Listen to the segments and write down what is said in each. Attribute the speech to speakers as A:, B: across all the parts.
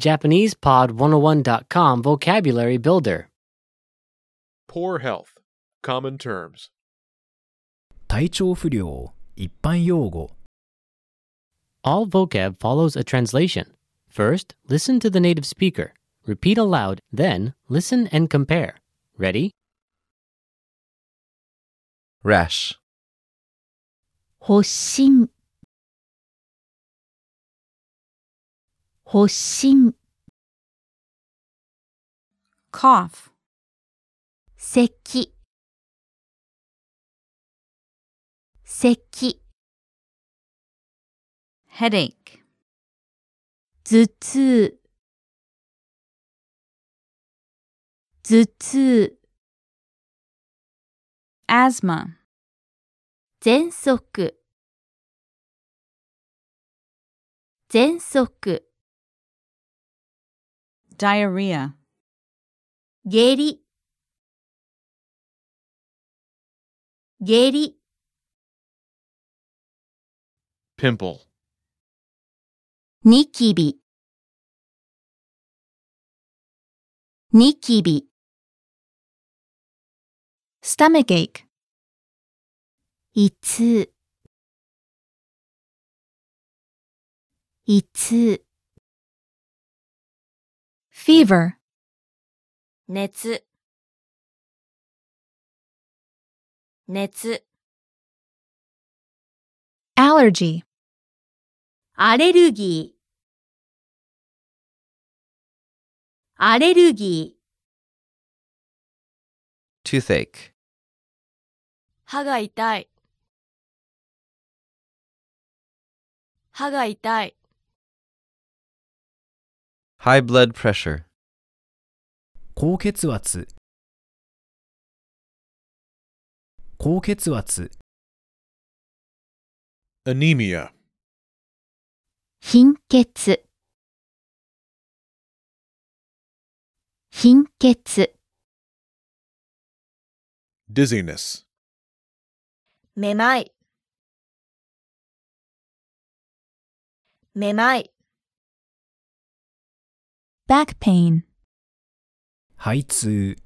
A: JapanesePod101.com Vocabulary Builder.
B: Poor health. Common terms.
C: 体調不良一般用語
A: All vocab follows a translation. First, listen to the native speaker. Repeat aloud, then listen and compare. Ready?
D: rash,
E: 発疹発疹
F: cough,
E: 咳咳
F: headache,
E: 頭痛頭痛
F: asthma,
E: 喘息喘息
F: diarrhea,
E: 下痢下痢
B: Pimple.
E: ニキビニキビ
F: stomach ache,
E: いついつ
F: fever,
E: 熱熱
F: allergy,
E: アレルギーアレルギー
D: toothache,
E: 歯が痛い歯が痛い
D: high blood pressure,
C: 高血圧高血圧
B: Anemia.
E: 貧血貧血
B: Dizziness.
E: めまいめまい
F: back pain,
C: 肺痛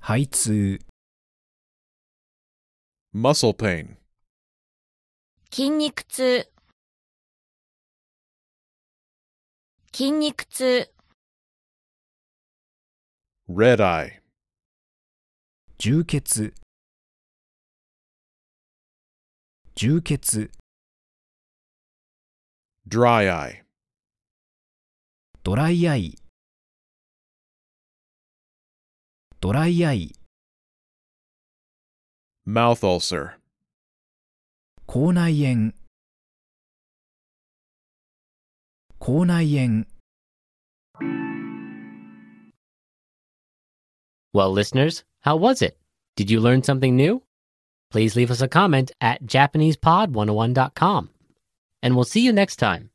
C: 肺痛
B: Muscle pain.
E: 筋肉痛筋肉痛
B: Red eye.
C: 充血充血
B: Dry eye.
C: ドライアイドライアイ
B: Mouth ulcer.
C: 口内炎口内炎
A: Well, listeners, how was it? Did you learn something new? oh Please leave us a comment at JapanesePod101.com. And we'll see you next time.